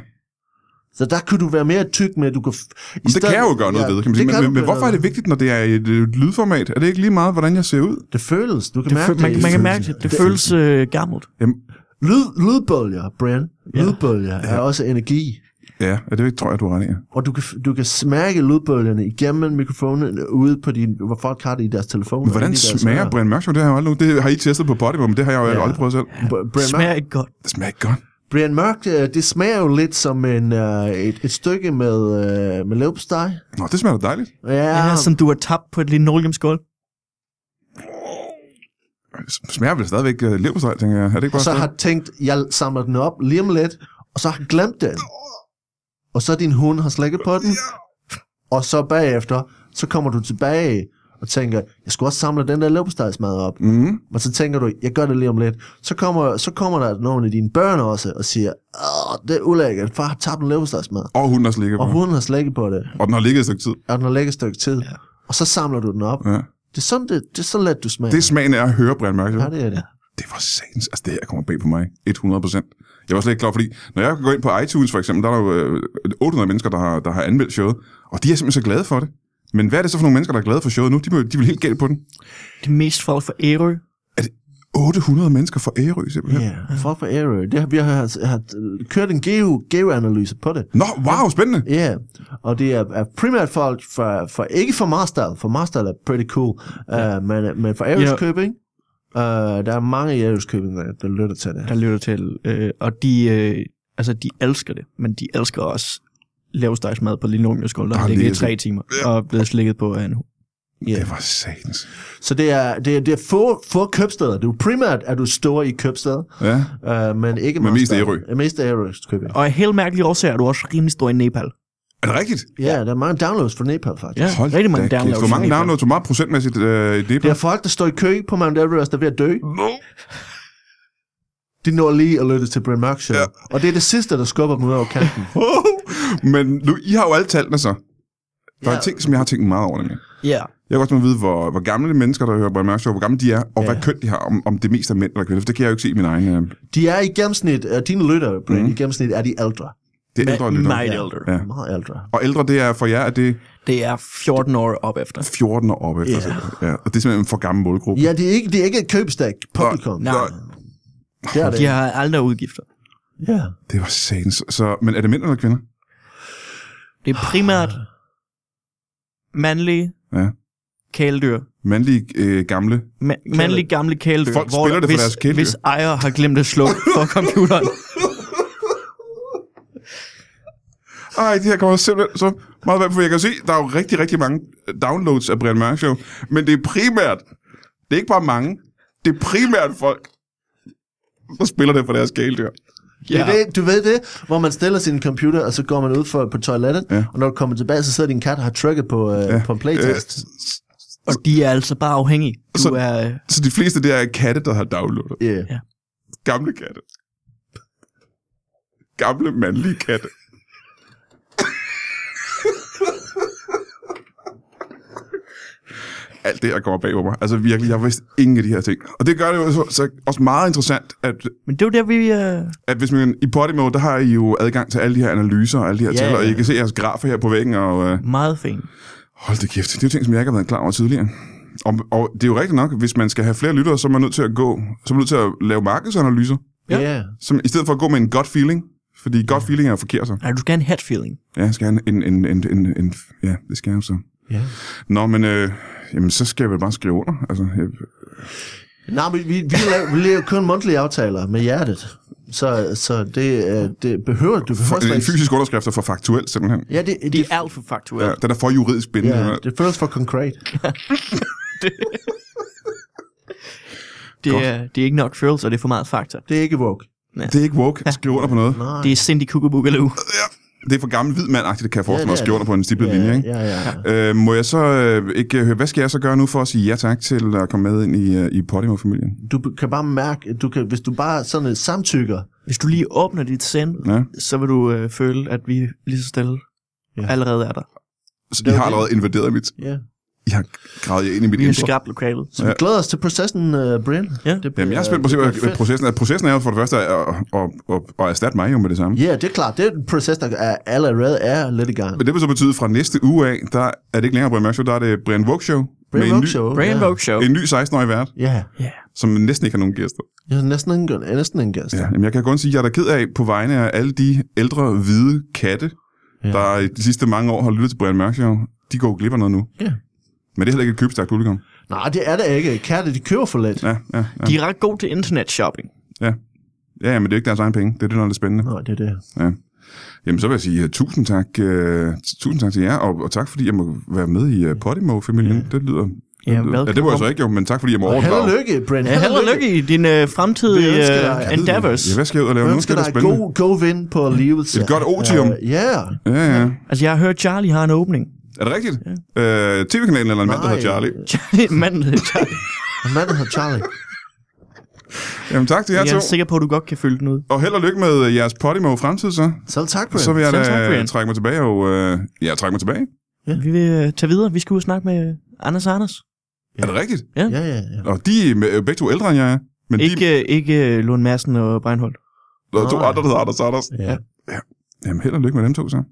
S2: Så der kunne du være mere tyk med, at du kunne... F- i
S1: Men det kan jeg jo gøre noget ja, ved, kan man sige.
S2: det
S1: Men,
S2: du
S1: men, men
S2: gøre
S1: hvorfor er
S2: noget
S1: det vigtigt, når det er et øh, lydformat? Er det ikke lige meget, hvordan jeg ser ud?
S2: ved. Det føles, du kan
S3: Det
S2: mærke
S3: fø- man,
S2: det.
S3: man kan mærke det. Det føles øh, gammelt.
S1: Jamen,
S2: Lyd, lydbølger, Brian. Lydbølger ja. er også energi.
S1: Ja, ja det tror jeg, du har ret i. ja.
S2: Og du kan, du kan smærke lydbølgerne igennem mikrofonen øh, ude på din, hvor folk har det i deres telefoner.
S1: Men hvordan smager Brian Mørk Show? Det har jeg jo aldrig, det har I testet på Podimo, men det har jeg jo
S2: Ja.
S1: aldrig prøvet selv.
S2: Brian Mørk,
S3: Smager ikke godt.
S1: Det smager ikke godt.
S2: Brian Mørk øh, det smager jo lidt som en, øh, et, et stykke med, øh, med leverpostej.
S1: Nå, det smager da dejligt.
S2: Ja,
S3: Ja. Som du har tabt på et linoleumsgulv.
S1: Det smager vel stadigvæk uh, leverpostej, tænker jeg. Er det ikke
S2: og
S1: bare
S2: så
S1: sådan?
S2: har tænkt, jeg samler den op lige om lidt, og så har glemt den. Og så din hund har slækket på den, og så bagefter, så kommer du tilbage og tænker, jeg skulle også samle den der leverpostejsmad op.
S1: Mm.
S2: Men så tænker du, jeg gør det lige om lidt. Så kommer, så kommer der nogle af dine børn også og siger, Åh, det er ulækkert, far har tabt en leverpostejsmad.
S1: Og hunden også ligger på.
S2: Og hunden har slækket på det,
S1: Og den har ligget et stykke tid.
S2: og den har lægget et stykke tid.
S3: Ja.
S2: Og så samler du den op.
S1: Ja.
S2: Det er sådan, det, det er så let, du smager.
S1: Det er smagen af at høre Brian Mørk Show.
S2: ja, det er det.
S1: Det var satans. Altså, det her kommer bag på mig. 100 procent. Jeg var slet ikke klar, fordi når jeg går ind på iTunes for eksempel, der er der jo øh, 800 mennesker, der har, der har anmeldt showet, og de er simpelthen så glade for det. Men hvad er det så for nogle mennesker, der er glade for showet nu? De, må- de vil helt galt på den.
S3: Det mest folk for Ærø.
S1: 800 mennesker for Ærø simpelthen. Yeah.
S2: Ja, folk fra Ærø. Det har, vi har, har, har kørt en geo, geoanalyse på det.
S1: Nå, wow, spændende.
S2: Ja, yeah. og det er, er primært folk fra, fra ikke fra Marstal, for Marstal er pretty cool, uh, men, men fra Ærøs
S3: Ja.
S2: Købing, uh, der er mange i Ærøs Købing, der, der lytter til det.
S3: der lytter til. Øh, og de, øh, altså, de elsker det, men de elsker også lavstejsmad på linoleumsgulv, der
S1: Ah,
S3: har ligget i
S1: lige-
S3: tre timer og er blevet slikket på øh, af en hund.
S1: Det var satans.
S2: Så det er, det er, det er få, få købsteder. Det er jo primært, at du står i købsteder,
S1: Ja.
S2: uh, men ikke
S1: Men mest
S2: Marstal.
S1: Ærø.
S2: Ja, Mest Ærøs Købing.
S3: Og af helt mærkelige årsager er du også rimelig stor i Nepal.
S1: Er det rigtigt?
S2: Ja, yeah, der er mange downloads fra Nepal, faktisk.
S3: Ja, Hold rigtig mange
S1: da kæft.
S3: downloads.
S1: Hvor mange
S3: i Nepal.
S1: downloads, hvor meget procentmæssigt øh, i det
S2: Det er folk, der står i kø på Mount Everest, der er ved at dø. De når lige at lytte til Brian Mørk Show.
S1: Ja.
S2: Ja. Og det er det sidste, der skubber dem ud over kanten.
S1: Men nu, I har jo alle tallene så. Der er
S2: Ja.
S1: ting, som jeg har tænkt meget over nemlig.
S3: Ja,
S1: Jeg vil også gerne vide, hvor, hvor gamle mennesker, der hører Brian Mørk Show, hvor gamle de er, og ja. hvad køn de har, om, om det mest er mænd eller kvinder, for det kan jeg jo ikke se i min egen... Øh,
S2: De er i gennemsnit, uh, dine lyttere, Brian, mm. i gennemsnit er de ældre.
S1: det er ældre
S3: Ma-
S1: lytter.
S3: meget
S2: Ja.
S3: ældre.
S1: Mhm. Ja.
S2: Meget ældre.
S1: Og ældre, det er for jer, at det er
S3: Det er 14 år op efter.
S1: 14 år oppe. Yeah. Ja, og det er simpelthen en for gammel målgruppe.
S2: Ja, det er ikke, det er ikke et købstak publikum.
S3: Nej,
S2: Det er det.
S3: de har aldrig udgifter.
S2: Ja.
S1: Det var sans. Så, men er det mænd eller kvinder?
S3: Det er primært mandlige
S1: Ja.
S3: kæledyr.
S1: Mandlige, øh, gamle.
S3: Ma- mandlige gamle kæledyr.
S1: Folk spiller det for
S3: hvis,
S1: deres kæledyr.
S3: Hvis ejer har glemt at slukke for computeren.
S1: Ej, det her kommer simpelthen så meget vand, for jeg kan se, der er jo rigtig, rigtig mange øh, downloads af Brian Mørk Show. Men det er primært, det er ikke bare mange, det er primært folk, der spiller det for deres kæledyr.
S2: Ja. Det er det, du ved det, hvor man stiller sin computer, og så går man ud for, på toilettet, ja. og når du kommer tilbage, så sidder din kat og har trykket på, øh, ja. på en playtest.
S3: Og de er altså bare afhængige. Du
S1: Så-
S3: er... øh,
S1: Så de fleste, det er katte, der har downloadet.
S2: Øh, yeah.
S1: Gamle katte. Gamle mandlige katte. Alt det her kommer bag på mig. Altså virkelig, jeg har vidst ingen af de her ting. Og det gør det jo så, så også meget interessant, at,
S3: Men det er jo der, vi... Øh,
S1: at hvis man i Podimo, der har I jo adgang til alle de her analyser og alle de her
S2: Ja,
S1: tal, og I
S2: ja.
S1: kan se jeres grafer her på væggen, og øh,
S3: meget fint.
S1: hold det kæft, det er jo ting, som jeg ikke har været klar over tidligere. Og, og det er jo rigtigt nok, hvis man skal have flere lyttere, så er man nødt til at gå, så er man nødt til at lave markedsanalyser.
S3: Ja.
S2: Yeah. Yeah.
S1: Som, I stedet for at gå med en godt feeling, fordi godt feeling er jo forkert så.
S3: Nej, du skal have en hat feeling.
S1: Ja, jeg skal have en, en, en, en, en, ja, det skal jeg så.
S2: Yeah.
S1: Nå, men øh, jamen, så skal jeg vel bare skrive under. Altså, jeg,
S2: Nej, men vi, vi, laver, vi laver kun mundtlige aftaler med hjertet. Så, så det, øh, det behøver du behøver
S1: for,
S2: slet
S1: en
S2: ikke-
S1: fysisk underskrift er øh, for faktuelt, simpelthen.
S2: Ja, det, det,
S3: Det
S2: det,
S3: er alt for faktuelt.
S1: Ja,
S3: Ja.
S1: den er for juridisk bindende.
S2: ja,
S1: Ja,
S2: det føles for konkret.
S3: Det, er, det er ikke nok følelser, det er for meget fakta.
S2: Det er ikke woke.
S1: det, er ikke woke at skrive under på noget.
S2: Nej.
S3: Det er Cindy Kukubugalu.
S1: Ja, det er for gammel hvid mand det kan jeg forestille
S2: Ja,
S1: mig, at
S2: det er
S1: skrive under på en stiplet linje. Ikke?
S2: Ja, ja, ja.
S1: Øh, må jeg så øh, ikke høre, hvad skal jeg så gøre nu for at sige ja tak til at komme med ind i, øh, i Podimo-familien?
S2: Du be- kan bare mærke, du kan, hvis du bare sådan øh, samtykker,
S3: Hvis du lige åbner dit sind,
S1: Ja.
S3: så vil du øh, føle, at vi lige så stille
S2: Ja.
S3: ja. allerede er der.
S1: Så I
S2: Det er
S1: har
S2: okay.
S1: allerede invaderet mit.
S2: ja.
S1: I har gravet jer ind i mit
S3: Vi har
S1: indre.
S3: skabt lokalet.
S2: Så vi
S1: Ja.
S2: glæder os til processen, uh, Brian.
S3: Ja.
S2: Det bliver,
S1: Jamen, jeg er spændt på at se,
S2: det
S1: hvad
S2: bliver
S1: hvad processen er. Processen er jo for det første at, at, at, at, at erstatte mig jo med det samme.
S2: fedt. Ja, det er klart. Det er en proces, der er allerede er lidt i gang.
S1: Men det vil så betyde, at fra næste uge af, der er det ikke længere Brian Mørk Show, der er det Brian Vogue Show.
S2: Brian
S1: med en
S2: Vogue
S1: ny,
S2: Show.
S3: Brain
S2: ja.
S3: Vogue Show.
S1: En ny 16-årig vært.
S2: Ja,
S3: Ja.
S1: som næsten ikke har nogen gæster.
S2: Jeg har næsten ingen, jeg har næsten ingen gæst.
S1: Ja, jamen jeg kan kun sige, at jeg er da ked af på vegne af alle de ældre hvide katte, ja. der i de sidste mange år har lyttet til Brian Mørk Show. De går jo glip af noget nu.
S2: Ja.
S1: Men det er heller ikke et købstærkt publikum.
S2: Nej, det er det ikke. Katte, de køber for lidt.
S1: Ja, ja, ja.
S3: De er ret gode til internet-shopping.
S1: ja, ja men det er jo ikke deres egen penge. Det er det, der er lidt spændende.
S2: Nej, det er det.
S1: Jamen, så vil jeg sige uh, tusind tak, uh, tusind tak til jer, og, og tak fordi jeg må være med i uh, Podimo-familien. Ja. Det lyder...
S3: Ja,
S1: det lyder- ja, det må jeg så ikke jo, men tak fordi jeg må
S2: Og held og
S1: overdrage.
S2: lykke, Brent.
S3: Ja, held og lykke i dine øh, fremtidige
S2: Vi ønsker dig-
S3: øh, endeavors.
S1: Ja, hvad skal jeg ud og lave?
S2: Jeg
S1: Nu skal
S2: ønsker
S1: det
S2: dig
S1: være
S2: et
S1: spændende.
S2: god, god vin på livet.
S1: Et godt otium.
S2: Ja.
S1: Ja, ja.
S3: Altså, jeg har hørt, Charlie har en åbning.
S1: Er det rigtigt? Øh, TV-kanalen eller en mand, der
S2: Nej.
S1: hedder Charlie.
S3: Charlie, manden hedder Charlie.
S2: Manden hedder Charlie.
S1: Jamen tak til jer
S3: Jeg
S1: to.
S3: er sikker på, at du godt kan følge den ud.
S1: Og held og lykke med øh, jeres Podimo fremtid så.
S2: Selv tak,
S1: Så vil
S2: Brent.
S1: jeg
S3: Selv tak,
S1: da
S3: Brian.
S1: trække mig tilbage og... Øh, ja, trække mig tilbage.
S3: Vi vil øh, tage videre. Vi skal ud og snakke med øh, Anders og Anders.
S1: Er det rigtigt?
S2: Ja, ja, ja.
S1: Og de er med- øh, begge to ældre end jeg er. Men de,
S3: Ikke, øh, ikke øh, Lund Madsen og Breinholt.
S1: der er to
S2: Nej.
S1: andre, der hedder Anders Anders.
S2: ja.
S1: Jamen held og lykke med dem to så.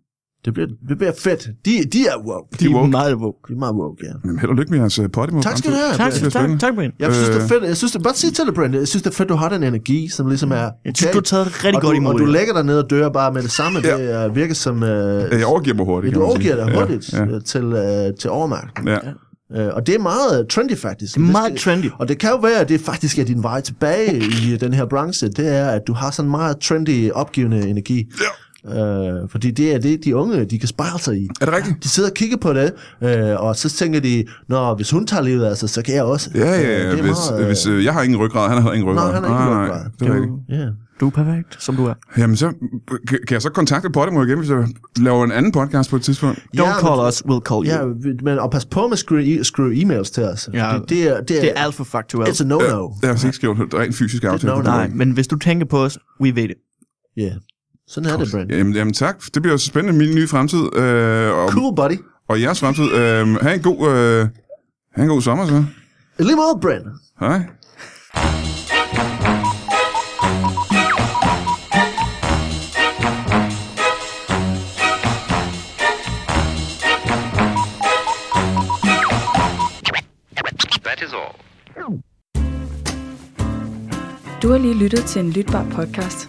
S2: Det bliver, det bliver fedt. De, de er woke.
S1: De er woke.
S3: meget woke.
S2: De er meget woke, ja.
S1: Jamen held og lykke med jeres øh, Podimo
S2: Tak skal du
S1: fremtid.
S2: have.
S3: Tak,
S2: Brent.
S1: bliver
S3: tak,
S1: spændende.
S3: tak, Brian.
S2: Jeg synes, det er
S1: Øh.
S2: fedt. Jeg synes, det, bare sig til det, Brent. Jeg synes, det er fedt, du har den energi, som ligesom er...
S3: Jeg synes, du har taget rigtig
S2: og
S3: godt
S2: du,
S3: imod
S2: og du
S3: det.
S2: lægger dig ned og dør bare med det samme.
S1: Ja.
S2: Ja. Det øh, virker som... Øh,
S1: Ja, Jeg overgiver mig hurtigt.
S2: du
S1: kan man
S2: overgiver
S1: sige.
S2: dig
S1: Ja,
S2: hurtigt
S1: Ja,
S2: øh, til, øh, til overmagt.
S1: ja.
S2: Øh, og det er meget øh, trendy, faktisk.
S3: Det er meget trendy.
S2: Og det kan jo være, at det faktisk er din vej tilbage i øh, den her branche, det er, at du har sådan meget trendy, opgivende energi. Ja. Øh, fordi det er det, de unge, de kan spejle sig i.
S1: Er det rigtigt?
S2: De sidder og kigger på det, øh, og så tænker de, Nå, hvis hun tager livet af sig, så kan jeg også.
S1: Ja,
S2: Øh,
S1: ja,
S2: det
S1: ja. Hvis,
S2: er meget, øh,
S1: hvis, øh, jeg har ingen ryggrad, han har heller ingen ryggrad.
S2: han har
S1: Ah,
S2: ikke
S1: nej,
S2: ryggrad.
S1: Det er rigtigt.
S2: Ja.
S3: Du er perfekt, som du er.
S1: Jamen så, øh, kan- kan jeg så kontakte Podimo igen, hvis jeg laver en anden podcast på et tidspunkt?
S3: Don't
S2: men-
S3: call us, we'll
S1: Oh,
S3: call you.
S2: Ja, men og pas på med at skrive, skrive e-mails til os.
S3: Ja.
S2: Det, det, er, det,
S3: Det
S2: er,
S3: er alt for faktuelt.
S2: it's a no-no.
S1: Jeg har altså ikke skrevet en rent fysisk aftale.
S2: no,
S1: på
S3: Nej,
S1: det.
S3: men hvis du tænker på os, we ved det.
S2: Yeah. Sådan er det, Brent.
S1: Jamen, jamen tak, det bliver jo så spændende, min nye fremtid, øh, og,
S2: Cool, buddy.
S1: og jeres fremtid. Øh, ha' en god, øh, ha' en god sommer så.
S2: I Lige måde, Brent.
S1: Hej.
S4: That is all.
S5: Du har lige lyttet til en lytbar podcast.